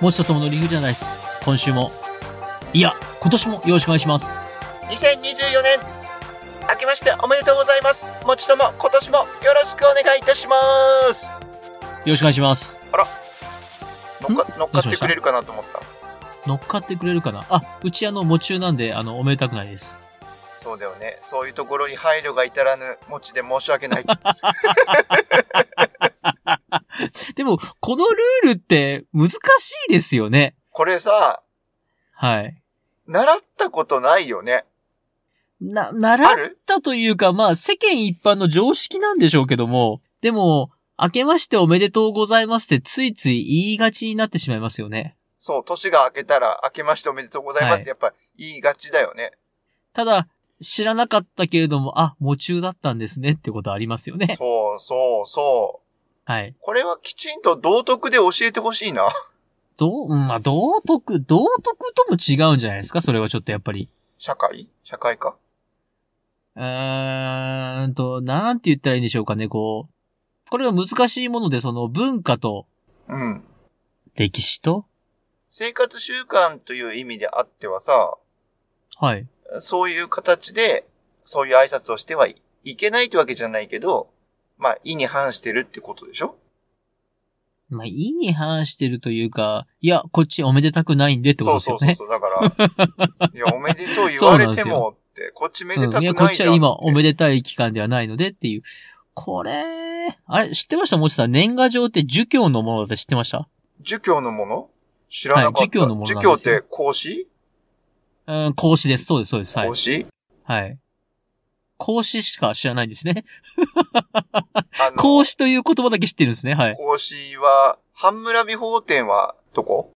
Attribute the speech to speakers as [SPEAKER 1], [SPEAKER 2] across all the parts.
[SPEAKER 1] もちととものリングじゃないです。今週も、いや、今年もよろしくお願いします。
[SPEAKER 2] 2024年、明けましておめでとうございます。もちとも、今年もよろしくお願いいたします。よ
[SPEAKER 1] ろしくお願いします。
[SPEAKER 2] あら、乗っか乗っかってくれるかなと思った。
[SPEAKER 1] 乗っかってくれるかなあ、うちあの、もちゅなんで、あの、おめでたくないです。
[SPEAKER 2] そうだよね。そういうところに配慮が至らぬ持ちで申し訳ない。
[SPEAKER 1] でも、このルールって難しいですよね。
[SPEAKER 2] これさ、
[SPEAKER 1] はい。
[SPEAKER 2] 習ったことないよね。
[SPEAKER 1] な、習ったというか、まあ、世間一般の常識なんでしょうけども、でも、明けましておめでとうございますってついつい言いがちになってしまいますよね。
[SPEAKER 2] そう、年が明けたら明けましておめでとうございますってやっぱ言いがちだよね。はい、
[SPEAKER 1] ただ、知らなかったけれども、あ、夢中だったんですねってことありますよね。。
[SPEAKER 2] そうそうそう
[SPEAKER 1] はい。
[SPEAKER 2] これはきちんと道徳で教えてほしいな。
[SPEAKER 1] どう、まあ、道徳、道徳とも違うんじゃないですかそれはちょっとやっぱり。
[SPEAKER 2] 社会社会か。
[SPEAKER 1] うーんと、なんて言ったらいいんでしょうかね、こう。これは難しいもので、その文化と。
[SPEAKER 2] うん。
[SPEAKER 1] 歴史と
[SPEAKER 2] 生活習慣という意味であってはさ。
[SPEAKER 1] はい。
[SPEAKER 2] そういう形で、そういう挨拶をしてはいけないってわけじゃないけど、まあ、意に反してるってことでしょ
[SPEAKER 1] まあ、意に反してるというか、いや、こっちおめでたくないんでってことですよね。
[SPEAKER 2] そうそうそうそう、だから、 いや、おめでとう言われてもって、こっちめでたくないじゃん、うん、いや、こっち
[SPEAKER 1] は今、おめでたい期間ではないのでっていう。これ、あれ、知ってましたもちさん、年賀状って儒教のもので知ってました
[SPEAKER 2] 儒教のもの知らなかった。はい、儒教のもの儒教って孔子
[SPEAKER 1] うん、孔子です。そうです、そうです。
[SPEAKER 2] はい、孔子
[SPEAKER 1] はい。孔子しか知らないんですね。孔子という言葉だけ知ってるんですね。はい。
[SPEAKER 2] 孔子は、半村美法店はどこ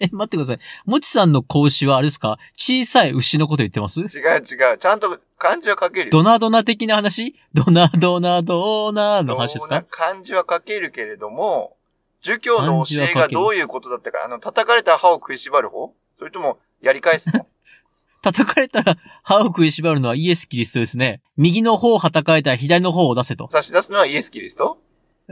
[SPEAKER 1] え、待ってください。もちさんの孔子はあれですか小さい牛のこと言ってます違う
[SPEAKER 2] 違う。ちゃんと漢字は書けるよ。
[SPEAKER 1] ドナドナ的な話ドナドナドナの話ですか
[SPEAKER 2] 漢字は書けるけれども、儒教の教えがどういうことだったか、あの、叩かれた歯を食いしばる方それとも、やり返 すの
[SPEAKER 1] 叩かれたら歯を食いしばるのはイエス・キリストですね。右の方を叩かれたら左の方を出せと。
[SPEAKER 2] 差し出すのはイエス・キリスト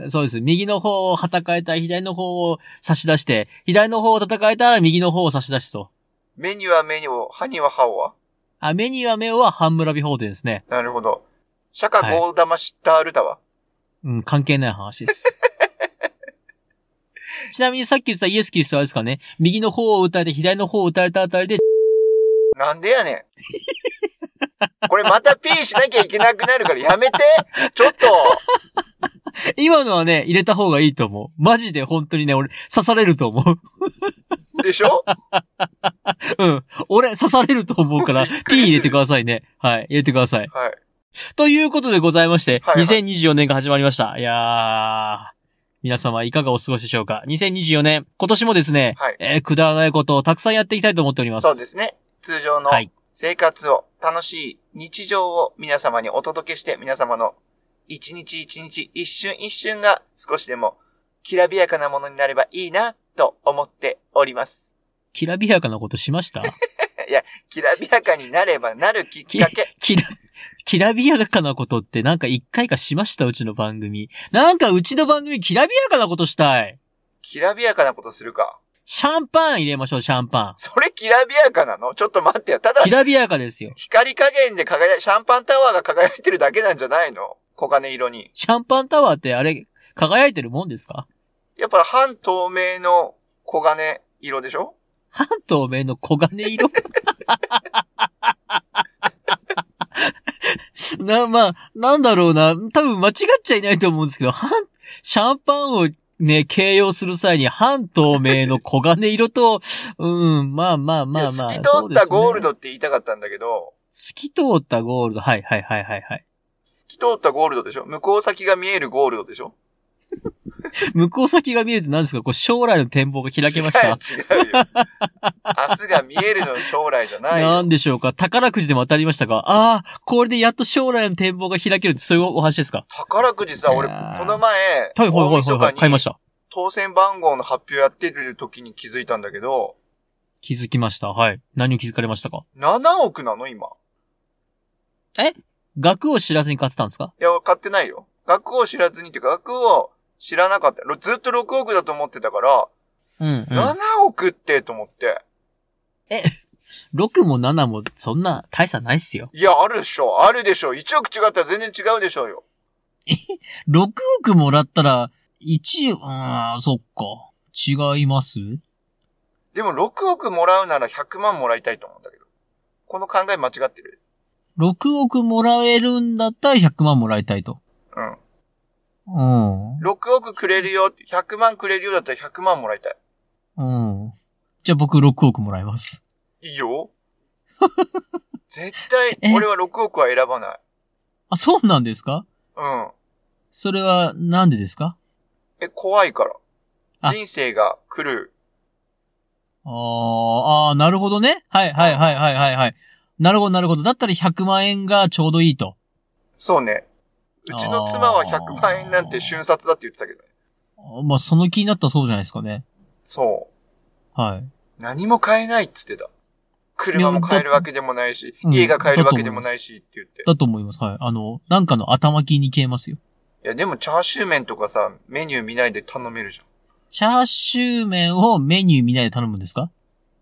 [SPEAKER 1] そうです。右の方を叩かれたら左の方を差し出して、左の方を叩かれたら右の方を差し出しと。
[SPEAKER 2] 目には目にを、歯には歯をは
[SPEAKER 1] あ、目には目をは半村美法でですね。、
[SPEAKER 2] なるほど。釈迦ゴーダマ知ったあるだわ、はい
[SPEAKER 1] うん、関係ない話です。 ちなみにさっき言ったイエス・キリストはあれですかね、右の方を打たれて左の方を打たれたあたりで、
[SPEAKER 2] なんでやねん。これまた P しなきゃいけなくなるからやめてちょっと
[SPEAKER 1] 今のはね、入れた方がいいと思う。マジで本当にね、俺、刺されると思
[SPEAKER 2] う。でしょ
[SPEAKER 1] うん。俺、刺されると思うから、P 入れてくださいね。はい、入れてください。
[SPEAKER 2] はい。
[SPEAKER 1] ということでございまして、はいはい、2024年が始まりました。いやー。皆様いかがお過ごしでしょうか ?2024 年、今年もですね、
[SPEAKER 2] はい、
[SPEAKER 1] えー、くだらないことをたくさんやっていきたいと思っております。
[SPEAKER 2] そうですね。通常の生活を、楽しい日常を皆様にお届けして、皆様の一日一日、一瞬一瞬が少しでもきらびやかなものになればいいなと思っております。
[SPEAKER 1] きらびやかなことしました
[SPEAKER 2] いや、きらびやかになればなるきっか け。
[SPEAKER 1] きら、きらびやかなことってなんか一回かしましたうちの番組。なんかうちの番組きらびやかなことしたい。
[SPEAKER 2] きらびやかなことするか。
[SPEAKER 1] シャンパン入れましょう、シャンパン。
[SPEAKER 2] それきらびやかなのちょっと待ってよ。ただ、
[SPEAKER 1] きらびやかですよ。
[SPEAKER 2] 光加減で輝い、シャンパンタワーが輝いてるだけなんじゃないの黄金色に。
[SPEAKER 1] シャンパンタワーってあれ、輝いてるもんですか
[SPEAKER 2] やっぱ半透明の黄金色でしょ
[SPEAKER 1] 半透明の黄金色 な、まあ、なんだろうな。多分間違っちゃいないと思うんですけど、半、シャンパンをね、形容する際に半透明の黄金色と、うん、まあまあまあまあ。
[SPEAKER 2] 透き通ったゴールドって言いたかったんだけど。
[SPEAKER 1] 透き通ったゴールド、はいはいはいはいはい。
[SPEAKER 2] 透き通ったゴールドでしょ向こう先が見えるゴールドでしょ
[SPEAKER 1] 向こう先が見えるって何ですかこう将来の展望が開けました。
[SPEAKER 2] 違う違うよ。明日が見えるの将来じゃない。
[SPEAKER 1] なんでしょうか宝くじでも当たりましたかああ、これでやっと将来の展望が開けるってそういうお話ですか
[SPEAKER 2] 宝くじさ、俺、こ
[SPEAKER 1] はいはい
[SPEAKER 2] の前、
[SPEAKER 1] はいはい、はい、買いました。
[SPEAKER 2] 当選番号の発表やってる時に気づいたんだけど。
[SPEAKER 1] 気づきました。はい。何を気づかれましたか
[SPEAKER 2] ?7 億なの今。
[SPEAKER 1] え額を知らずに買ってたんですか
[SPEAKER 2] いや、買ってないよ。額を知らずにっていうか、額を知らなかった。ずっと6億だと思ってたから、
[SPEAKER 1] うん、うん。
[SPEAKER 2] 7億ってと思って。
[SPEAKER 1] 6も7もそんな大差ないっすよ。
[SPEAKER 2] いや、あるでしょ。あるでしょ。1億違ったら全然違うでしょうよ。
[SPEAKER 1] 6億もらったら、1、うーん、そっか。違います
[SPEAKER 2] でも6億もらうなら100万もらいたいと思うんだけど。この考え間違ってる。
[SPEAKER 1] ?6 億もらえるんだったら100万もらいたいと。
[SPEAKER 2] うん。
[SPEAKER 1] うん。
[SPEAKER 2] 6億くれるよ、100万くれるよだったら100万もらいたい。
[SPEAKER 1] うん。じゃあ僕6億もらいます。
[SPEAKER 2] い いよ。絶対、俺は6億は選ばない。
[SPEAKER 1] あ、そうなんですか
[SPEAKER 2] うん。
[SPEAKER 1] それはなんでですか
[SPEAKER 2] え、怖いから。
[SPEAKER 1] あ
[SPEAKER 2] 人生が来る。
[SPEAKER 1] あーあー、なるほどね。はいはいはいはいはいはい。なるほどなるほど。だったら100万円がちょうどいいと。
[SPEAKER 2] そうね。うちの妻は
[SPEAKER 1] あー
[SPEAKER 2] 100万円なんて瞬殺だって言ってたけどね。
[SPEAKER 1] あまあその気になったらそうじゃないですかね。
[SPEAKER 2] そう。
[SPEAKER 1] はい。
[SPEAKER 2] 何も買えないっつってた。車も買えるわけでもないし、
[SPEAKER 1] うん
[SPEAKER 2] 家が買えるわけでもないしって言って。い
[SPEAKER 1] だと思います。はい。あの、なんかの頭金に消えますよ。
[SPEAKER 2] や、でもチャーシュー麺とかさ、メニュー見ないで頼めるじゃん。
[SPEAKER 1] チャーシュー麺をメニュー見ないで頼むんですか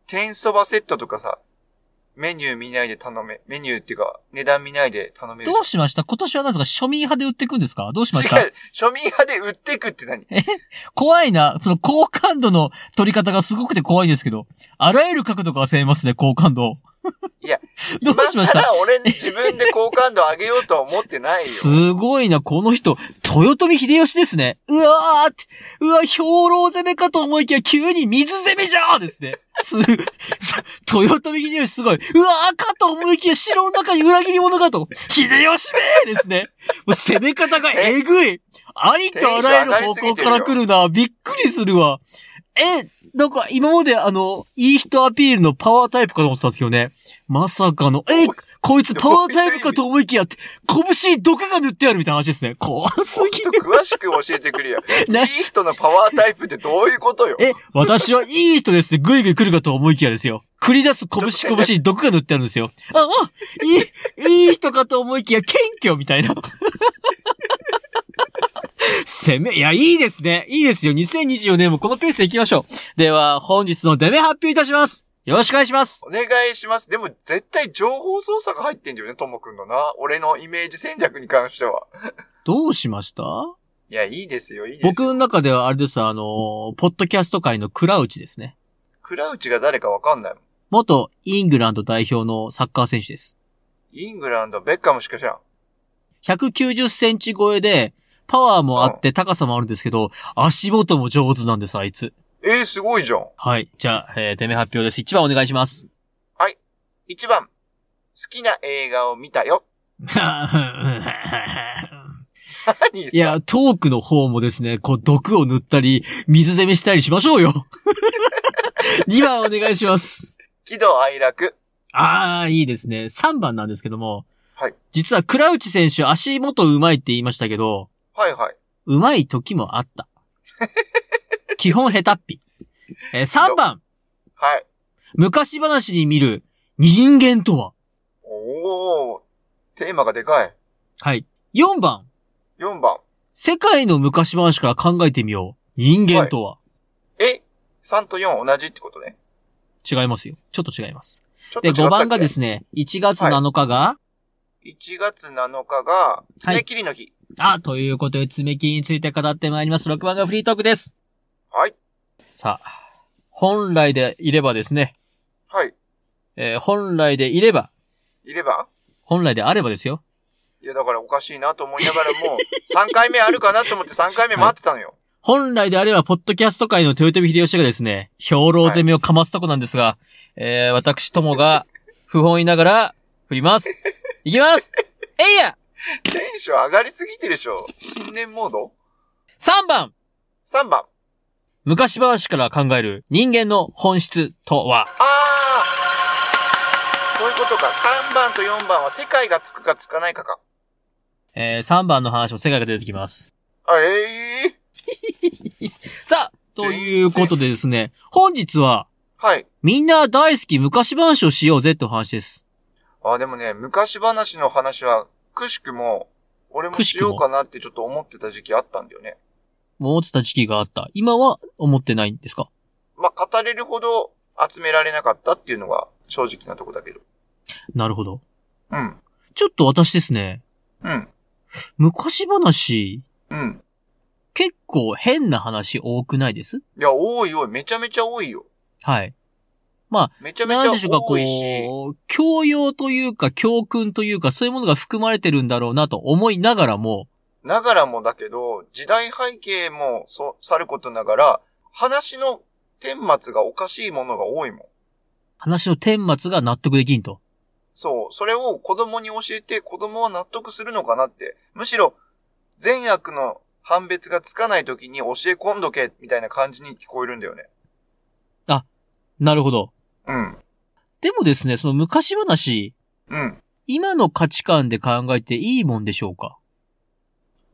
[SPEAKER 2] 天そばセットとかさ、メニュー見ないで頼め、メニューっていうか、値段見ないで頼める
[SPEAKER 1] ど
[SPEAKER 2] じゃん
[SPEAKER 1] うしました今年は何ですか庶民派で売っていくんですかどうしました
[SPEAKER 2] 違う、庶民派で売ってくって何
[SPEAKER 1] 怖いな。その好感度の取り方がすごくて怖いんですけど。あらゆる角度から攻めますね、好感度を。
[SPEAKER 2] いや、
[SPEAKER 1] どうしました
[SPEAKER 2] 今更俺自分で好感度上げようとは思ってないよ。
[SPEAKER 1] すごいな、この人、豊臣秀吉ですね。うわーって、うわ、兵糧攻めかと思いきや、急に水攻めじゃーですね。す、さ豊臣秀吉すごい。うわーかと思いきや、城の中に裏切り者かと。秀吉めーですね。もう攻め方がえぐい。ありとあらゆる方向から来るな。びっくりするわ。え、なんか今まであの、いい人アピールのパワータイプかと思ってたんですけどね。まさかの、え、こいつパワータイプかと思いきや、拳に毒が塗ってあるみたいな話ですね。怖す
[SPEAKER 2] もっ
[SPEAKER 1] ぎ
[SPEAKER 2] と詳しく教えてくれよ。
[SPEAKER 1] ない
[SPEAKER 2] い人のパワータイプってどういうことよ。
[SPEAKER 1] え、私はいい人ですってぐいぐい来るかと思いきやですよ。繰り出す拳拳に毒が塗ってあるんですよ。あ、あ、いい、いい人かと思いきや謙虚みたいな。攻め、いや、いいですね。いいですよ。2024年もこのペースで行きましょう。では、本日のデメ発表いたします。よろしくお願いします。
[SPEAKER 2] お願いします。でも絶対情報操作が入ってんだよね、ともくんのな。俺のイメージ戦略に関しては。
[SPEAKER 1] どうしました
[SPEAKER 2] いや、いいですよ、いいですよ。
[SPEAKER 1] 僕の中ではあれです、あの、ポッドキャスト界のクラウチですね。
[SPEAKER 2] クラウチが誰かわかんないもん。
[SPEAKER 1] 元イングランド代表のサッカー選手です。
[SPEAKER 2] イングランド、ベッカムしか知らん。
[SPEAKER 1] 190センチ超えで、パワーもあって高さもあるんですけど、足元も上手なんです、あいつ。
[SPEAKER 2] えー、すごいじゃん。
[SPEAKER 1] はい。じゃあ、えー、出目発表です。1番お願いします。
[SPEAKER 2] 1番、好きな映画を見たよ。 何
[SPEAKER 1] いや、トークの方もですね、こう、毒を塗ったり、水攻めしたりしましょうよ。2番お願いします。
[SPEAKER 2] 喜怒哀楽。
[SPEAKER 1] あー、いいですね。3番なんですけども、
[SPEAKER 2] はい。
[SPEAKER 1] 実は、倉内選手、足元うまいって言いましたけど、
[SPEAKER 2] はいはい。
[SPEAKER 1] うまい時もあった。 基本下手っぴ。えー、3番、
[SPEAKER 2] はい。
[SPEAKER 1] 昔話に見る人間とは
[SPEAKER 2] おー、テーマがでかい。
[SPEAKER 1] はい。4番、
[SPEAKER 2] 4番、
[SPEAKER 1] 世界の昔話から考えてみよう。人間とは、
[SPEAKER 2] え ?3 と4同じってことね。
[SPEAKER 1] 違いますよ。ちょっと違います。
[SPEAKER 2] ちょっと
[SPEAKER 1] で、
[SPEAKER 2] 違ったっけ
[SPEAKER 1] 5番がですね、1月7日が、
[SPEAKER 2] 1月7日が、爪切りの日。
[SPEAKER 1] あ、ということで、爪切りについて語ってまいります。6番がフリートークです。
[SPEAKER 2] はい。
[SPEAKER 1] さあ、本来でいればですね、
[SPEAKER 2] はい。
[SPEAKER 1] えー本来でいれば、
[SPEAKER 2] いれば
[SPEAKER 1] 本来であればですよ。
[SPEAKER 2] いや、だからおかしいなと思いながらも、3回目 あるかなと思って3回目待ってたのよ。
[SPEAKER 1] 本来であれば、ポッドキャスト界の豊臣秀吉がですね、兵糧攻めをかますとこなんですが、えー、私ともが、不本意ながら、振ります。いきますえいや
[SPEAKER 2] テンション上がりすぎてるでしょ。新年モード
[SPEAKER 1] !3 番
[SPEAKER 2] ?3 番。
[SPEAKER 1] 昔話から考える人間の本質とは
[SPEAKER 2] あーそういうことか。3番と4番は世界がつくかつかないかか。
[SPEAKER 1] えー、3番の話も世界が出てきます。
[SPEAKER 2] あ、ええ
[SPEAKER 1] さあということでですね、本日は、
[SPEAKER 2] はい。
[SPEAKER 1] みんな大好き昔話をしようぜってお話です。
[SPEAKER 2] あ、でもね、昔話の話は、くしくも、俺も
[SPEAKER 1] くし
[SPEAKER 2] し
[SPEAKER 1] くも
[SPEAKER 2] ようかなってちょっと思ってた時期あったんだよね。
[SPEAKER 1] 思ってた時期があった。今は思ってないんですか
[SPEAKER 2] まあ、語れるほど集められなかったっていうのが正直なとこだけど。
[SPEAKER 1] なるほど。
[SPEAKER 2] うん。
[SPEAKER 1] ちょっと私ですね、
[SPEAKER 2] うん。
[SPEAKER 1] 昔話、
[SPEAKER 2] うん。
[SPEAKER 1] 結構変な話多くないです
[SPEAKER 2] いや、多い多い。めちゃめちゃ多いよ。
[SPEAKER 1] はい。
[SPEAKER 2] めちゃめ
[SPEAKER 1] なんで
[SPEAKER 2] ち
[SPEAKER 1] し
[SPEAKER 2] ゃ
[SPEAKER 1] ょうか、こ
[SPEAKER 2] 多いし。
[SPEAKER 1] う、教養というか、教訓というか、そういうものが含まれてるんだろうなと思いながらも、
[SPEAKER 2] ながらもだけど、時代背景もそ、さることながら、話の顛末がおかしいものが多いもん。
[SPEAKER 1] 話の顛末が納得できんと。
[SPEAKER 2] そう。それを子供に教えて子供は納得するのかなって。むしろ、善悪の判別がつかない時に教え込んどけ、みたいな感じに聞こえるんだよね。
[SPEAKER 1] なるほど。
[SPEAKER 2] うん。
[SPEAKER 1] でもですね、その昔話、
[SPEAKER 2] うん。
[SPEAKER 1] 今の価値観で考えていいもんでしょうか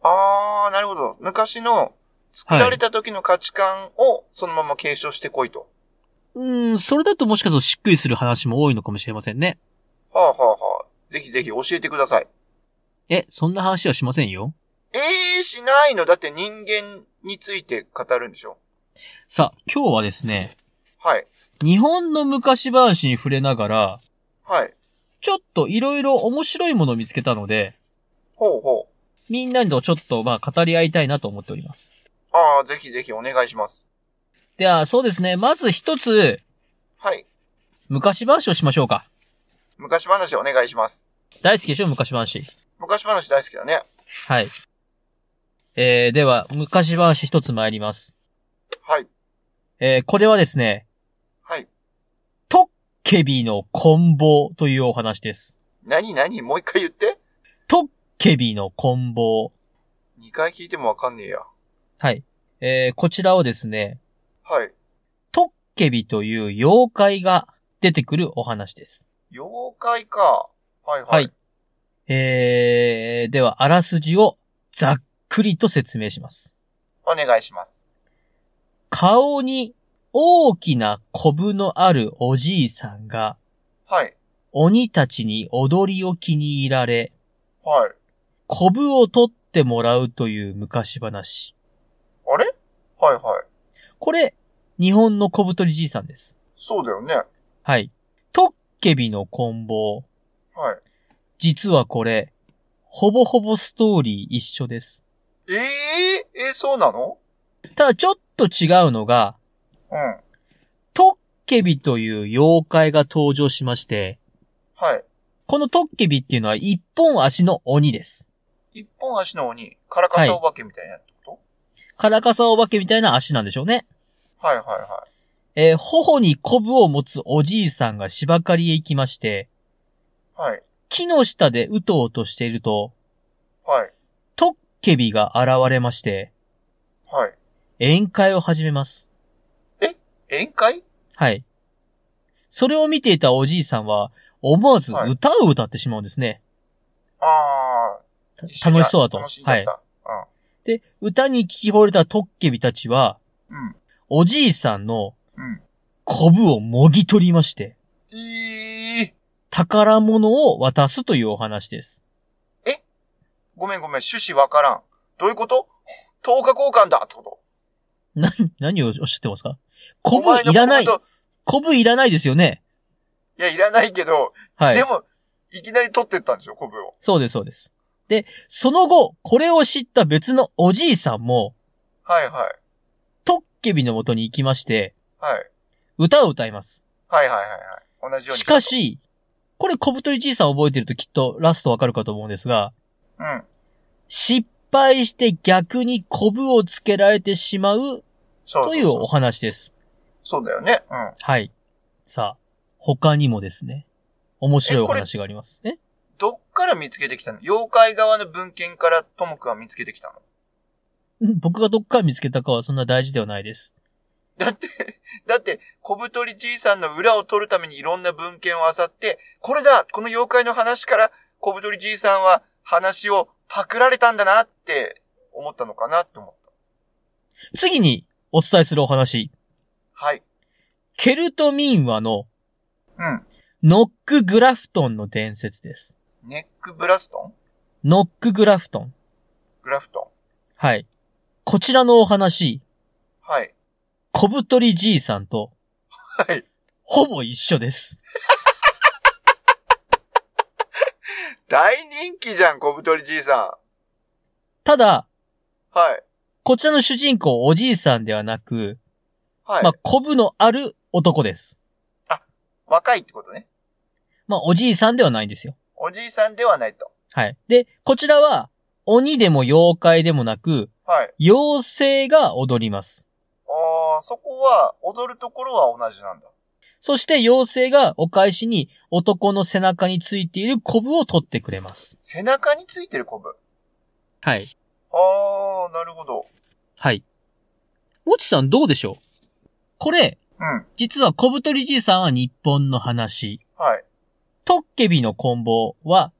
[SPEAKER 2] あー、なるほど。昔の作られた時の価値観をそのまま継承してこいと。
[SPEAKER 1] うーん、それだともしかするとしっくりする話も多いのかもしれませんね。
[SPEAKER 2] はあ、はあはあ、ぜひぜひ教えてください。
[SPEAKER 1] え、そんな話はしませんよ。
[SPEAKER 2] えー、しないのだって人間について語るんでしょ
[SPEAKER 1] さあ、今日はですね、
[SPEAKER 2] はい。
[SPEAKER 1] 日本の昔話に触れながら、
[SPEAKER 2] はい。
[SPEAKER 1] ちょっといろいろ面白いものを見つけたので、
[SPEAKER 2] ほうほう。
[SPEAKER 1] みんなにとちょっとまあ語り合いたいなと思っております。
[SPEAKER 2] あー、ぜひぜひお願いします。
[SPEAKER 1] では、そうですね。まず一つ、
[SPEAKER 2] はい。
[SPEAKER 1] 昔話をしましょうか。
[SPEAKER 2] 昔話お願いします。
[SPEAKER 1] 大好きでしょ昔話。
[SPEAKER 2] 昔話大好きだね。
[SPEAKER 1] はい。えー、では、昔話一つ参ります。
[SPEAKER 2] はい。
[SPEAKER 1] えー、これはですね、
[SPEAKER 2] はい。
[SPEAKER 1] トッケビの棍棒というお話です。
[SPEAKER 2] なになにもう一回言って。
[SPEAKER 1] トッケビの棍棒。
[SPEAKER 2] 二回聞いてもわかんねえや。
[SPEAKER 1] はい。えー、こちらはですね、
[SPEAKER 2] はい。
[SPEAKER 1] トッケビという妖怪が出てくるお話です。
[SPEAKER 2] 妖怪か。はいはい。
[SPEAKER 1] はいえー、では、あらすじをざっくりと説明します。
[SPEAKER 2] お願いします。
[SPEAKER 1] 顔に大きなコブのあるおじいさんが
[SPEAKER 2] はい。
[SPEAKER 1] 鬼たちに踊りを気に入られ、
[SPEAKER 2] はい。
[SPEAKER 1] コブを取ってもらうという昔話。
[SPEAKER 2] あれはいはい。
[SPEAKER 1] これ、日本の小太りじいさんです。
[SPEAKER 2] そうだよね。
[SPEAKER 1] はい。トッケビの棍棒。
[SPEAKER 2] はい。
[SPEAKER 1] 実はこれ、ほぼほぼストーリー一緒です。
[SPEAKER 2] えー、えー、そうなの
[SPEAKER 1] ただちょっと違うのが、
[SPEAKER 2] うん。
[SPEAKER 1] トッケビという妖怪が登場しまして、
[SPEAKER 2] はい。
[SPEAKER 1] このトッケビっていうのは一本足の鬼です。
[SPEAKER 2] 一本足の鬼、カラカサお化けみたいなってこ
[SPEAKER 1] カラカサお化けみたいな足なんでしょうね。
[SPEAKER 2] とはいはいは
[SPEAKER 1] えー頬にコブを持つおじいさんが芝刈りへ行きまして、
[SPEAKER 2] い。はい。
[SPEAKER 1] 木の下でうとうとしていると、
[SPEAKER 2] はい。
[SPEAKER 1] トッケビが現れまして、
[SPEAKER 2] はい。
[SPEAKER 1] 宴会を始めます。
[SPEAKER 2] 宴会
[SPEAKER 1] はい。それを見ていたおじいさんは、思わず
[SPEAKER 2] はい
[SPEAKER 1] 歌を歌ってしまうんですね。
[SPEAKER 2] あ
[SPEAKER 1] た
[SPEAKER 2] ー。一緒に
[SPEAKER 1] 楽しそうだと。
[SPEAKER 2] 楽しん
[SPEAKER 1] は
[SPEAKER 2] だっ
[SPEAKER 1] い。
[SPEAKER 2] た。
[SPEAKER 1] で、歌に聞き惚れたトッケビたちは、
[SPEAKER 2] うん。
[SPEAKER 1] おじいさんの
[SPEAKER 2] うん。うん。
[SPEAKER 1] コブをもぎ取りまして、
[SPEAKER 2] えー。
[SPEAKER 1] 宝物を渡すというお話です。
[SPEAKER 2] ごめんごめん、趣旨わからん。どういうこと等価交換だってこと
[SPEAKER 1] な、何をおっしゃってますかコブいらない
[SPEAKER 2] お前の。コブと
[SPEAKER 1] コブいらないですよね。
[SPEAKER 2] いや、いらないけど、
[SPEAKER 1] はい。
[SPEAKER 2] でも、いきなり取ってったんでしょ、コブを。
[SPEAKER 1] そうです、そうです。で、その後、これを知った別のおじいさんも、
[SPEAKER 2] はいはい。
[SPEAKER 1] トッケビの元に行きまして、
[SPEAKER 2] はい。
[SPEAKER 1] 歌を歌います。
[SPEAKER 2] はいはいはいはい。同じように。
[SPEAKER 1] しか。し、これ小太りじいさん覚えてるときっとラストわかるかと思うんですが、
[SPEAKER 2] うん。
[SPEAKER 1] 失敗して逆にコブをつけられてしまう
[SPEAKER 2] そうそうそう
[SPEAKER 1] というお話です。
[SPEAKER 2] そうだよね。うん。
[SPEAKER 1] はい。さあ、他にもですね、面白い
[SPEAKER 2] え
[SPEAKER 1] お
[SPEAKER 2] これ
[SPEAKER 1] 話があります。え
[SPEAKER 2] どっから見つけてきたの妖怪側の文献からともくんは見つけてきたの
[SPEAKER 1] うん僕がどっから見つけたかはそんな大事ではないです。
[SPEAKER 2] だって、だって、小太りじいさんの裏を取るためにいろんな文献を漁って、これだこの妖怪の話から、小太りじいさんは話をパクられたんだなって思ったのかなって思った。
[SPEAKER 1] 次にお伝えするお話、
[SPEAKER 2] はい。
[SPEAKER 1] ケルト民話の
[SPEAKER 2] うん。
[SPEAKER 1] ノック・グラフトンの伝説です。
[SPEAKER 2] ネックブラストン
[SPEAKER 1] ノック・グラフトン。
[SPEAKER 2] グラフトン
[SPEAKER 1] はい。こちらのお話、
[SPEAKER 2] はい。
[SPEAKER 1] 小太りじいさんと、
[SPEAKER 2] はい。
[SPEAKER 1] ほぼ一緒です。
[SPEAKER 2] 大人気じゃん、小太りじいさ
[SPEAKER 1] ただ、
[SPEAKER 2] ん。はい。
[SPEAKER 1] こちらの主人公、おじいさんではなく、
[SPEAKER 2] はい。
[SPEAKER 1] まあ、コブのある男です。
[SPEAKER 2] 若いってことね。
[SPEAKER 1] まあ、おじいさんではないんですよ。
[SPEAKER 2] おじいさんではないと。
[SPEAKER 1] はい。で、こちらは、鬼でも妖怪でもなく、
[SPEAKER 2] はい。
[SPEAKER 1] 妖精が踊ります。
[SPEAKER 2] あー、そこは、踊るところは同じなんだ。
[SPEAKER 1] そして妖精がお返しに男の背中についているコブを取ってくれます。
[SPEAKER 2] 背中についてるコブ。
[SPEAKER 1] はい。
[SPEAKER 2] あー、なるほど。
[SPEAKER 1] はい。もちさんどうでしょうこれ、
[SPEAKER 2] うん。
[SPEAKER 1] 実は小太りじいさんは日本の話。
[SPEAKER 2] はい。
[SPEAKER 1] トッケビの棍棒は、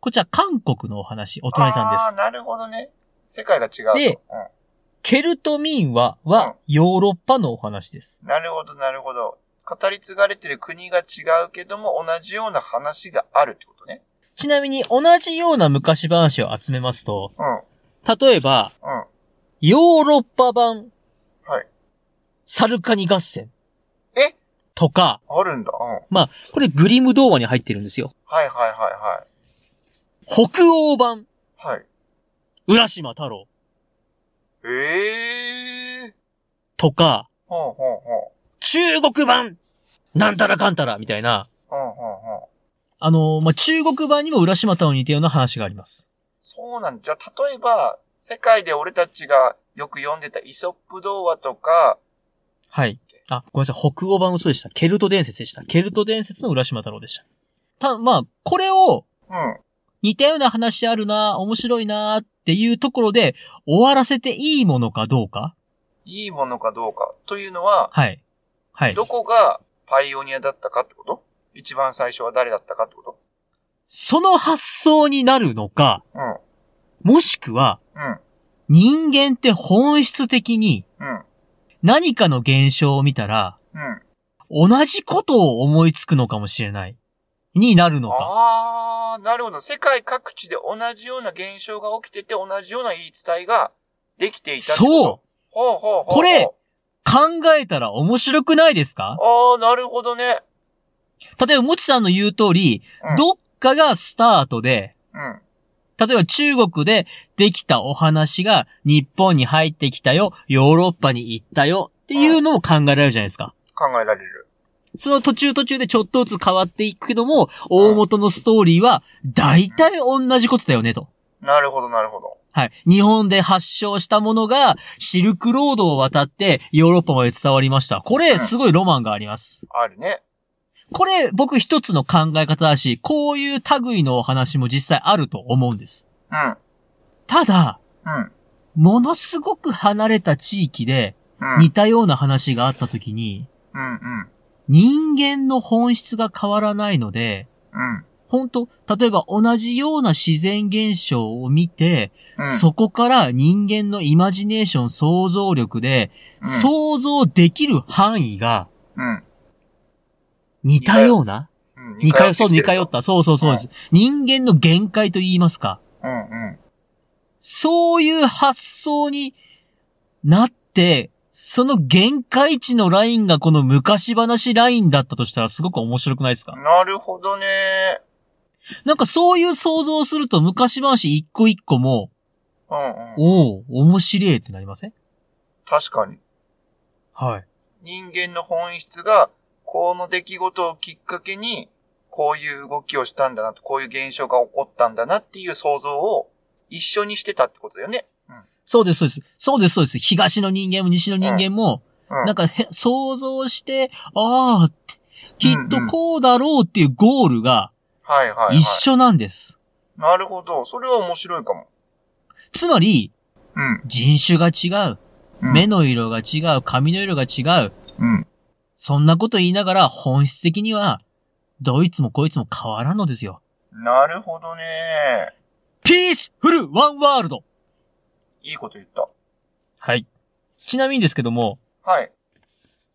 [SPEAKER 1] こちら韓国のお話、お隣さんで
[SPEAKER 2] あー、
[SPEAKER 1] す。
[SPEAKER 2] なるほどね。世界が違うと。
[SPEAKER 1] でケルトミンは、は、ヨーロッパのお話です。
[SPEAKER 2] うん。なるほど、なるほど。語り継がれてる国が違うけども、同じような話があるってことね。
[SPEAKER 1] ちなみに同じような昔話を集めますと、
[SPEAKER 2] うん。
[SPEAKER 1] 例えば、
[SPEAKER 2] うん。
[SPEAKER 1] ヨーロッパ版、
[SPEAKER 2] はい。
[SPEAKER 1] サルカニ合戦
[SPEAKER 2] え
[SPEAKER 1] とか、
[SPEAKER 2] あるんだ。うん。はい
[SPEAKER 1] まあ、これグリム童話に入ってるんですよ。
[SPEAKER 2] はいは
[SPEAKER 1] 北欧版、
[SPEAKER 2] いはい。はい。
[SPEAKER 1] 浦島太郎
[SPEAKER 2] ええー。
[SPEAKER 1] とか、
[SPEAKER 2] ほうほうほ
[SPEAKER 1] 中国版、なんたらかんたらみたいな、
[SPEAKER 2] う。うんほうほう。
[SPEAKER 1] あのーまあ、中国版にも浦島太郎に似たような話があります。
[SPEAKER 2] そうなんだ。じゃあ、例えば、世界で俺たちがよく読んでたイソップ童話とか、
[SPEAKER 1] はい。あ、ごめんなさい。北欧版もそうでした。ケルト伝説でした。ケルト伝説の浦島太郎でした。た、まあ、これを
[SPEAKER 2] うん。
[SPEAKER 1] 似たような話あるな、面白いなっていうところで終わらせていいものかどうか
[SPEAKER 2] いいものかどうか。というのは、
[SPEAKER 1] はい。はい。
[SPEAKER 2] どこがパイオニアだったかってこと一番最初は誰だったかってこと
[SPEAKER 1] その発想になるのか、
[SPEAKER 2] うん。うん。
[SPEAKER 1] もしくは、人間って本質的に
[SPEAKER 2] うん。
[SPEAKER 1] 何かの現象を見たら、
[SPEAKER 2] うん。
[SPEAKER 1] 同じことを思いつくのかもしれない。になるのか。
[SPEAKER 2] ああ、なるほど。世界各地で同じような現象が起きてて、同じような言い伝えができていたってこと
[SPEAKER 1] そう
[SPEAKER 2] ほうほうほうほう。
[SPEAKER 1] これ考えたら面白くないですか
[SPEAKER 2] ああ、なるほどね。
[SPEAKER 1] 例えば、もちさんの言う通り、
[SPEAKER 2] うん
[SPEAKER 1] どっかがスタートで、
[SPEAKER 2] うん。
[SPEAKER 1] 例えば中国でできたお話が日本に入ってきたよ、ヨーロッパに行ったよっていうのも考えられるじゃないですか。
[SPEAKER 2] 考えられる。
[SPEAKER 1] その途中途中でちょっとずつ変わっていくけども、大元のストーリーは大体同じことだよねと。
[SPEAKER 2] なるほど、なるほど。
[SPEAKER 1] はい。日本で発祥したものがシルクロードを渡ってヨーロッパまで伝わりました。こ
[SPEAKER 2] う
[SPEAKER 1] れ
[SPEAKER 2] ん
[SPEAKER 1] すごいロマンがあります。
[SPEAKER 2] あるね。
[SPEAKER 1] これ僕一つの考え方だし、こういう類のお話も実際あると思うんです。
[SPEAKER 2] うん。
[SPEAKER 1] ただ、
[SPEAKER 2] うん。
[SPEAKER 1] ものすごく離れた地域で
[SPEAKER 2] うん。
[SPEAKER 1] 似たような話があった時に、
[SPEAKER 2] うん。うん。
[SPEAKER 1] 人間の本質が変わらないので、
[SPEAKER 2] うん。
[SPEAKER 1] 本当例えば同じような自然現象を見て、
[SPEAKER 2] うん。
[SPEAKER 1] そこから人間のイマジネーション想像力で、
[SPEAKER 2] うん。
[SPEAKER 1] 想像できる範囲が
[SPEAKER 2] うん。
[SPEAKER 1] 似たような
[SPEAKER 2] うん。
[SPEAKER 1] 似通そう、似通
[SPEAKER 2] よ
[SPEAKER 1] った。そうそうそうです。人間の限界と言いますか。
[SPEAKER 2] うん。うん。
[SPEAKER 1] そういう発想になって、その限界値のラインがこの昔話ラインだったとしたらすごく面白くないですか
[SPEAKER 2] なるほどね。
[SPEAKER 1] なんかそういう想像をすると昔話一個一個も、
[SPEAKER 2] うん。うん。
[SPEAKER 1] おお、面白いってなりません
[SPEAKER 2] 確かに。
[SPEAKER 1] はい。
[SPEAKER 2] 人間の本質が、この出来事をきっかけに、こういう動きをしたんだなと、こういう現象が起こったんだなっていう想像を一緒にしてたってことだよね。
[SPEAKER 1] そうです、そうです。そうです、そうです。東の人間も西の人間も、
[SPEAKER 2] うん。うん。
[SPEAKER 1] なんかへ想像して、ああって、きっとこうだろうっていうゴールが
[SPEAKER 2] はいはい、はい。
[SPEAKER 1] 一緒なんです。
[SPEAKER 2] なるほど。それは面白いかも。
[SPEAKER 1] つまり、
[SPEAKER 2] うん。
[SPEAKER 1] 人種が違う。
[SPEAKER 2] うん
[SPEAKER 1] 目の色が違う。髪の色が違う。
[SPEAKER 2] うん。
[SPEAKER 1] そんなこと言いながら本質的には、どいつもこいつも変わらんのですよ。
[SPEAKER 2] なるほどね。
[SPEAKER 1] ピースフルワンワールド
[SPEAKER 2] いいこと言った。
[SPEAKER 1] はい。ちなみにですけども、
[SPEAKER 2] はい。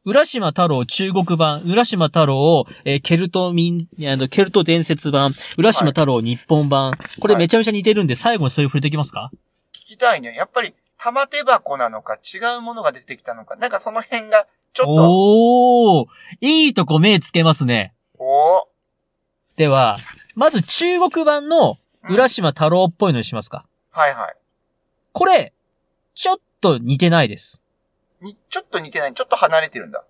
[SPEAKER 1] 浦島太郎中国版、浦島太郎、えーケルト民、あの、ケルト伝説版、浦島太郎日本版、これ
[SPEAKER 2] はい
[SPEAKER 1] めちゃめちゃ似てるんで、最後にそれ触れていきますか
[SPEAKER 2] 聞きたいね。やっぱり、玉手箱なのか違うものが出てきたのか、なんかその辺が、ちょっと、
[SPEAKER 1] おーいいとこ目つけますね。
[SPEAKER 2] おお
[SPEAKER 1] では、まず中国版の浦島太郎っぽいのにしますか。
[SPEAKER 2] はいはい。
[SPEAKER 1] これ、ちょっと似てないです。
[SPEAKER 2] に、ちょっと似てない。ちょっと離れてるんだ。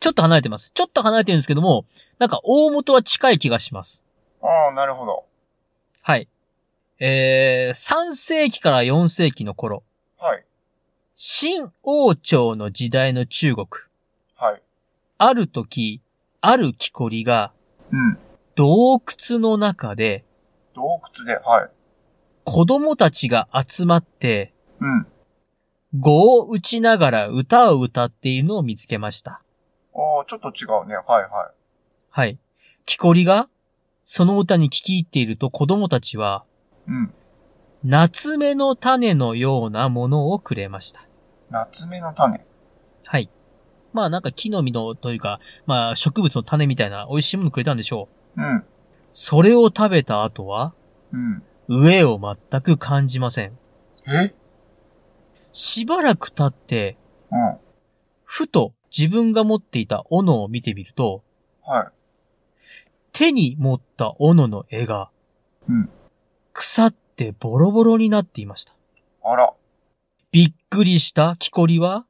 [SPEAKER 1] ちょっと離れてます。ちょっと離れてるんですけども、なんか大元は近い気がします。
[SPEAKER 2] ああ、なるほど。
[SPEAKER 1] はい。えー、3世紀から4世紀の頃、
[SPEAKER 2] はい。
[SPEAKER 1] 新王朝の時代の中国、
[SPEAKER 2] はい。
[SPEAKER 1] ある時、ある木こりが
[SPEAKER 2] うん。
[SPEAKER 1] 洞窟の中で
[SPEAKER 2] 洞窟で、はい。
[SPEAKER 1] 子供たちが集まって
[SPEAKER 2] うん。
[SPEAKER 1] 語を打ちながら歌を歌っているのを見つけました。
[SPEAKER 2] ああ、ちょっと違うね。はいは。
[SPEAKER 1] はい。木こりがその歌に聞き入っていると子供たちはい
[SPEAKER 2] うん。
[SPEAKER 1] 夏目の種のようなものをくれました。
[SPEAKER 2] 夏目の種。
[SPEAKER 1] はい。まあなんか木の実のというか、まあ植物の種みたいな美味しいものくれたんでしょう。
[SPEAKER 2] うん。
[SPEAKER 1] それを食べた後は、
[SPEAKER 2] うん。
[SPEAKER 1] 飢えを全く感じません。
[SPEAKER 2] え
[SPEAKER 1] しばらく経って、
[SPEAKER 2] うん。
[SPEAKER 1] ふと自分が持っていた斧を見てみると、
[SPEAKER 2] は
[SPEAKER 1] 手に持った斧の絵が、
[SPEAKER 2] うん
[SPEAKER 1] 腐ってボロボロになっていました。
[SPEAKER 2] い。あら。
[SPEAKER 1] びっくりした木こりは、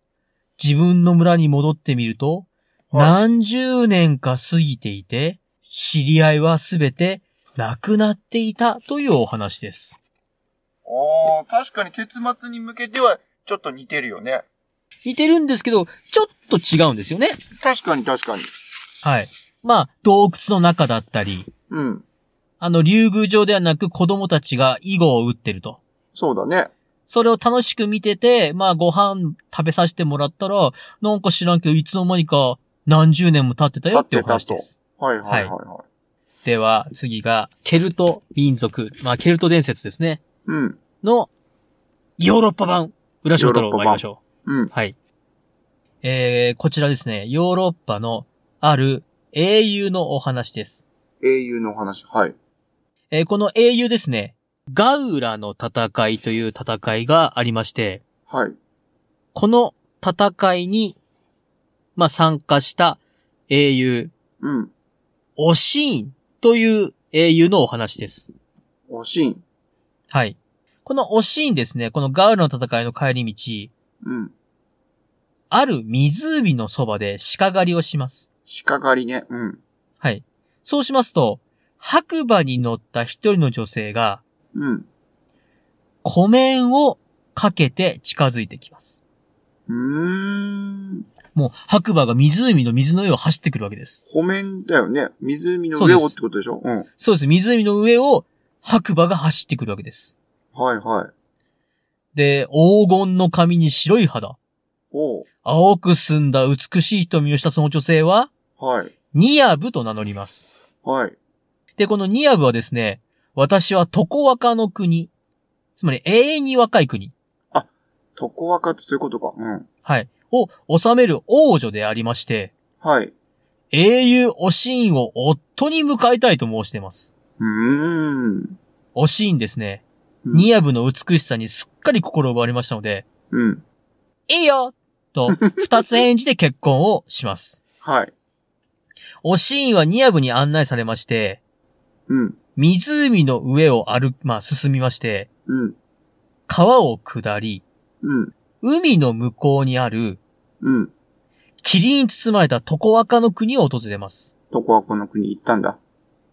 [SPEAKER 1] 自分の村に戻ってみると、
[SPEAKER 2] はい
[SPEAKER 1] 何十年か過ぎていて、知り合いはすべて亡くなっていたというお話です。
[SPEAKER 2] ああ、確かに結末に向けては、ちょっと似てるよね。
[SPEAKER 1] 似てるんですけど、ちょっと違うんですよね。
[SPEAKER 2] 確かに確かに。
[SPEAKER 1] はい。まあ、洞窟の中だったり、
[SPEAKER 2] うん。
[SPEAKER 1] あの、竜宮城ではなく子供たちが囲碁を打ってると。
[SPEAKER 2] そうだね。
[SPEAKER 1] それを楽しく見てて、まあご飯食べさせてもらったら、なんか知らんけど、いつの間にか何十年も経ってたよっていう話です。
[SPEAKER 2] はいはいはい
[SPEAKER 1] は
[SPEAKER 2] はい。
[SPEAKER 1] では、次が、ケルト民族、まあケルト伝説ですね、
[SPEAKER 2] うん。
[SPEAKER 1] の、ヨーロッパ版、浦島太郎参りましょ
[SPEAKER 2] うん
[SPEAKER 1] う。。はい。えー、こちらですね、ヨーロッパのある英雄のお話です。
[SPEAKER 2] 英雄のお話。はい。
[SPEAKER 1] えーこの英雄ですね、ガウラの戦いという戦いがありまして、
[SPEAKER 2] はい。
[SPEAKER 1] この戦いに、まあ、参加した英雄、
[SPEAKER 2] うん。
[SPEAKER 1] オシーンという英雄のお話です。
[SPEAKER 2] おしん。
[SPEAKER 1] はい。このオシーンですね、このガウルの戦いの帰り道、
[SPEAKER 2] うん。
[SPEAKER 1] ある湖のそばで鹿狩りをします。
[SPEAKER 2] 鹿狩りね。うん。
[SPEAKER 1] はい。そうしますと、白馬に乗った一人の女性が、
[SPEAKER 2] うん。
[SPEAKER 1] 湖面をかけて近づいてきます。
[SPEAKER 2] うーん。
[SPEAKER 1] もう白馬が湖の水の上を走ってくるわけです。
[SPEAKER 2] 湖面だよね。湖の
[SPEAKER 1] そう
[SPEAKER 2] 上
[SPEAKER 1] です
[SPEAKER 2] をってことでしょうん。
[SPEAKER 1] そうです。湖の上を白馬が走ってくるわけです。
[SPEAKER 2] はいはい。
[SPEAKER 1] で、黄金の髪に白い肌、
[SPEAKER 2] おう。
[SPEAKER 1] 青く澄んだ美しい瞳をしたその女性は、
[SPEAKER 2] はい。
[SPEAKER 1] ニアブと名乗ります。
[SPEAKER 2] はい。
[SPEAKER 1] で、このニアブはですね、私はトコワカの国、つまり永遠に若い国、
[SPEAKER 2] とこわかってそういうことか。うん。
[SPEAKER 1] はい、を治める王女でありまして、
[SPEAKER 2] はい。
[SPEAKER 1] 英雄おしんを夫に迎えたいと申しています。
[SPEAKER 2] うーん。
[SPEAKER 1] おしんですね、
[SPEAKER 2] うん
[SPEAKER 1] ニアブの美しさにすっかり心を奪われましたので、
[SPEAKER 2] うん。
[SPEAKER 1] いいよと、二つ返事で結婚をします。
[SPEAKER 2] はい。
[SPEAKER 1] おしんはニアブに案内されまして、
[SPEAKER 2] うん。
[SPEAKER 1] 湖の上を歩、まあ、進みまして、
[SPEAKER 2] うん。
[SPEAKER 1] 川を下り、
[SPEAKER 2] うん。
[SPEAKER 1] 海の向こうにある、
[SPEAKER 2] うん。
[SPEAKER 1] 霧に包まれたトコワカの国を訪れます。
[SPEAKER 2] とこわかの国行ったんだ。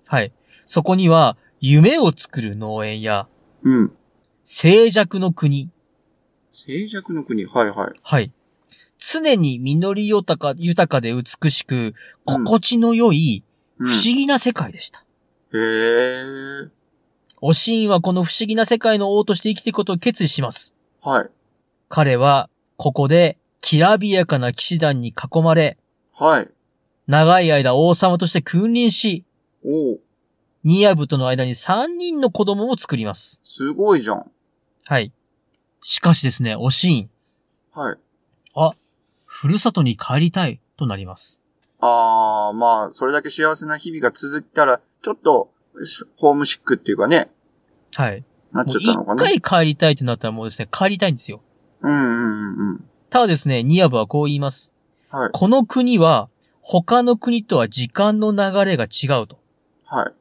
[SPEAKER 1] はい。そこには、夢を作る農園や、
[SPEAKER 2] うん。
[SPEAKER 1] 静寂の国、
[SPEAKER 2] 静寂の国。はいはい。
[SPEAKER 1] はい。常に実り豊か、豊かで美しく、
[SPEAKER 2] うん
[SPEAKER 1] 心地の良い、
[SPEAKER 2] う
[SPEAKER 1] 不
[SPEAKER 2] ん、
[SPEAKER 1] 思議な世界でした。
[SPEAKER 2] へー。
[SPEAKER 1] おしんはこの不思議な世界の王として生きていくことを決意します。
[SPEAKER 2] はい。
[SPEAKER 1] 彼は、ここで、きらびやかな騎士団に囲まれ、
[SPEAKER 2] はい。
[SPEAKER 1] 長い間王様として君臨し、
[SPEAKER 2] おう。
[SPEAKER 1] ニアブとの間に3人の子供を作ります。
[SPEAKER 2] すごいじゃん。
[SPEAKER 1] はい。しかしですね、おしん、
[SPEAKER 2] はい。
[SPEAKER 1] ふるさとに帰りたいとなります。
[SPEAKER 2] あー、まあ、それだけ幸せな日々が続いたら、ちょっと、しホームシックっていうかね、
[SPEAKER 1] はい。
[SPEAKER 2] なっ
[SPEAKER 1] も
[SPEAKER 2] ち
[SPEAKER 1] う
[SPEAKER 2] ゃったのか
[SPEAKER 1] 一
[SPEAKER 2] な。
[SPEAKER 1] 回帰りたいってなったらもうですね、帰りたいんですよ。
[SPEAKER 2] うんうんうんうん。
[SPEAKER 1] ただですね、ニアブはこう言います。
[SPEAKER 2] はい。
[SPEAKER 1] この国は、他の国とは時間の流れが違うと。
[SPEAKER 2] はい。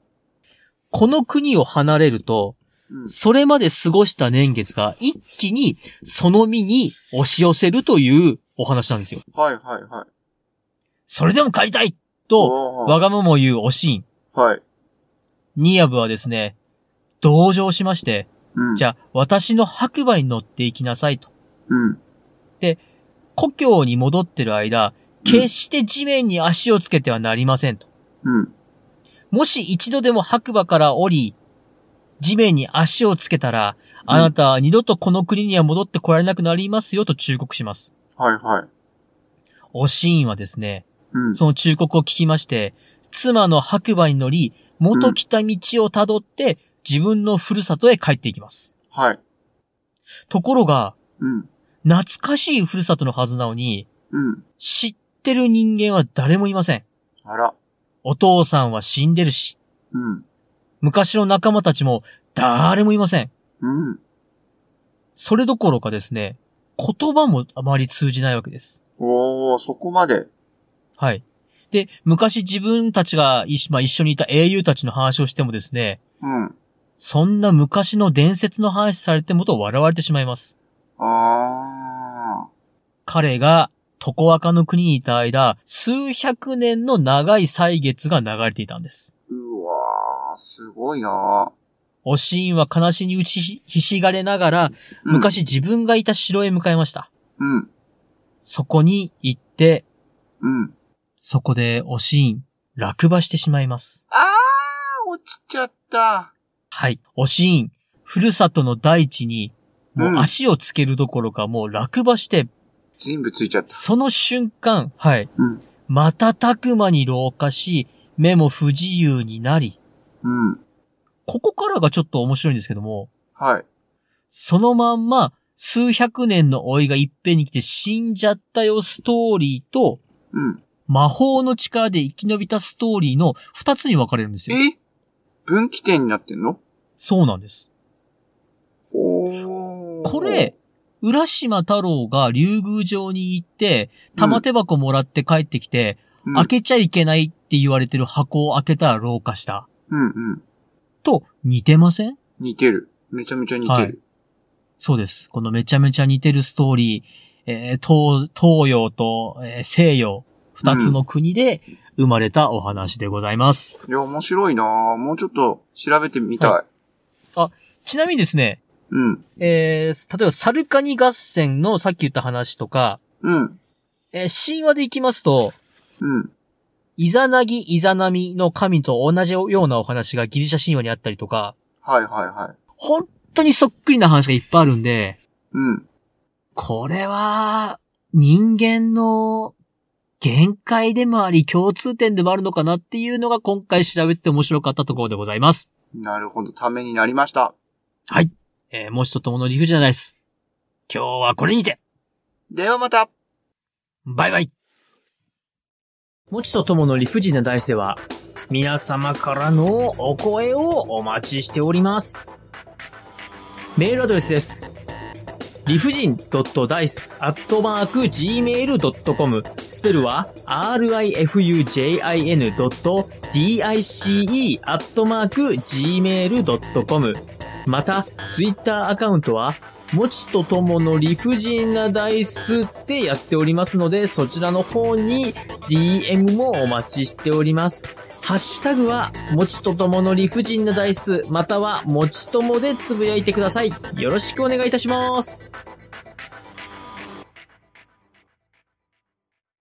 [SPEAKER 1] この国を離れると、
[SPEAKER 2] うん
[SPEAKER 1] それまで過ごした年月が一気にその身に押し寄せるというお話なんですよ。
[SPEAKER 2] はいはいはい。
[SPEAKER 1] それでも帰りたいと、
[SPEAKER 2] おー
[SPEAKER 1] わがままを言うおしん。
[SPEAKER 2] はい。
[SPEAKER 1] ニアブはですね、同情しまして、
[SPEAKER 2] うん。
[SPEAKER 1] じゃあ私の白馬に乗っていきなさいと。
[SPEAKER 2] うん。
[SPEAKER 1] 故郷に戻ってる間、決して地面に足をつけてはなりませんと。
[SPEAKER 2] うん。
[SPEAKER 1] もし一度でも白馬から降り、地面に足をつけたら、
[SPEAKER 2] うん
[SPEAKER 1] あなたは二度とこの国には戻ってこられなくなりますよと忠告します。
[SPEAKER 2] はいはい。
[SPEAKER 1] おしんはですね、
[SPEAKER 2] うん。
[SPEAKER 1] その忠告を聞きまして、妻の白馬に乗り、元来た道をたどって、自分の故郷へ帰っていきます。
[SPEAKER 2] はい。
[SPEAKER 1] ところが、
[SPEAKER 2] うん。
[SPEAKER 1] 懐かしい故郷のはずなのに、
[SPEAKER 2] うん。
[SPEAKER 1] 知ってる人間は誰もいません。
[SPEAKER 2] あら。
[SPEAKER 1] お父さんは死んでるし、
[SPEAKER 2] うん。
[SPEAKER 1] 昔の仲間たちも誰もいません。
[SPEAKER 2] うん。
[SPEAKER 1] それどころかですね、言葉もあまり通じないわけです。
[SPEAKER 2] おー、そこまで。
[SPEAKER 1] はい。で、昔自分たちが一,、まあ、一緒にいた英雄たちの話をしてもですね、
[SPEAKER 2] うん。
[SPEAKER 1] そんな昔の伝説の話されてもと笑われてしまいます。
[SPEAKER 2] あ
[SPEAKER 1] 彼が、トコワカの国にいた間、数百年の長い歳月が流れていたんです。
[SPEAKER 2] ー。うわー、すごいな
[SPEAKER 1] おしんは悲しみに打ちひひしがれながら、
[SPEAKER 2] ー。うん。
[SPEAKER 1] 昔自分がいた城へ向かいました。
[SPEAKER 2] うん。
[SPEAKER 1] そこに行って、
[SPEAKER 2] うん。
[SPEAKER 1] そこでおしん、落馬してしまいます。
[SPEAKER 2] あー、落ちちゃった。
[SPEAKER 1] はい。おしん、ふるさとの大地に、も
[SPEAKER 2] う
[SPEAKER 1] うん足をつけるどころか、もう落馬して、
[SPEAKER 2] 全部ついちゃった。
[SPEAKER 1] その瞬間、はい。
[SPEAKER 2] うん
[SPEAKER 1] 瞬く間に老化し、目も不自由になり、
[SPEAKER 2] うん。
[SPEAKER 1] ここからがちょっと面白いんですけども、
[SPEAKER 2] はい。
[SPEAKER 1] そのまんま、数百年の老いがいっぺんに来て死んじゃったよストーリーと、
[SPEAKER 2] うん。
[SPEAKER 1] 魔法の力で生き延びたストーリーの二つに分かれるんですよ。
[SPEAKER 2] え分岐点になってんの
[SPEAKER 1] そうなんです。
[SPEAKER 2] おー。
[SPEAKER 1] これ、、浦島太郎が竜宮城に行って、玉手箱もらって帰ってきて、
[SPEAKER 2] うん、
[SPEAKER 1] 開けちゃいけないって言われてる箱を開けたら老化した。
[SPEAKER 2] うんうん。
[SPEAKER 1] と、似てません
[SPEAKER 2] 似てる。めちゃめちゃ似てる。
[SPEAKER 1] そうです。このめちゃめちゃ似てるストーリー、えー東、東洋と、えー西洋、二つの国で生まれたお話でございます。
[SPEAKER 2] い、や、面白いなぁ。もうちょっと調べてみたい。
[SPEAKER 1] はちなみにですね、
[SPEAKER 2] うん。
[SPEAKER 1] えー例えばサルカニ合戦のさっき言った話とか、
[SPEAKER 2] うん。
[SPEAKER 1] えー神話でいきますと、
[SPEAKER 2] うん。
[SPEAKER 1] イザナギ、イザナミの神と同じようなお話がギリシャ神話にあったりとか、
[SPEAKER 2] はいはいはい。
[SPEAKER 1] 本当にそっくりな話がいっぱいあるんで、
[SPEAKER 2] うん。
[SPEAKER 1] これは、人間の限界でもあり、共通点でもあるのかなっていうのが今回調べてて面白かったところでございます。
[SPEAKER 2] なるほど。ためになりました。
[SPEAKER 1] えー、もしとともの理不尽じゃないです。今日はこれにて
[SPEAKER 2] ではまた
[SPEAKER 1] バイバイ。もちとともの理不尽な大世は、皆様からのお声をお待ちしております。メールアドレスです。理不尽 d i c e g m a i l c o m スペルは rifujin.dice g m a i l c o m また、ツイッターアカウントは、もちとともの理不尽なダイスってやっておりますので、そちらの方に DM もお待ちしております。ハッシュタグは、もちとともの理不尽なダイス、または、もちともでつぶやいてください。よろしくお願いいたします。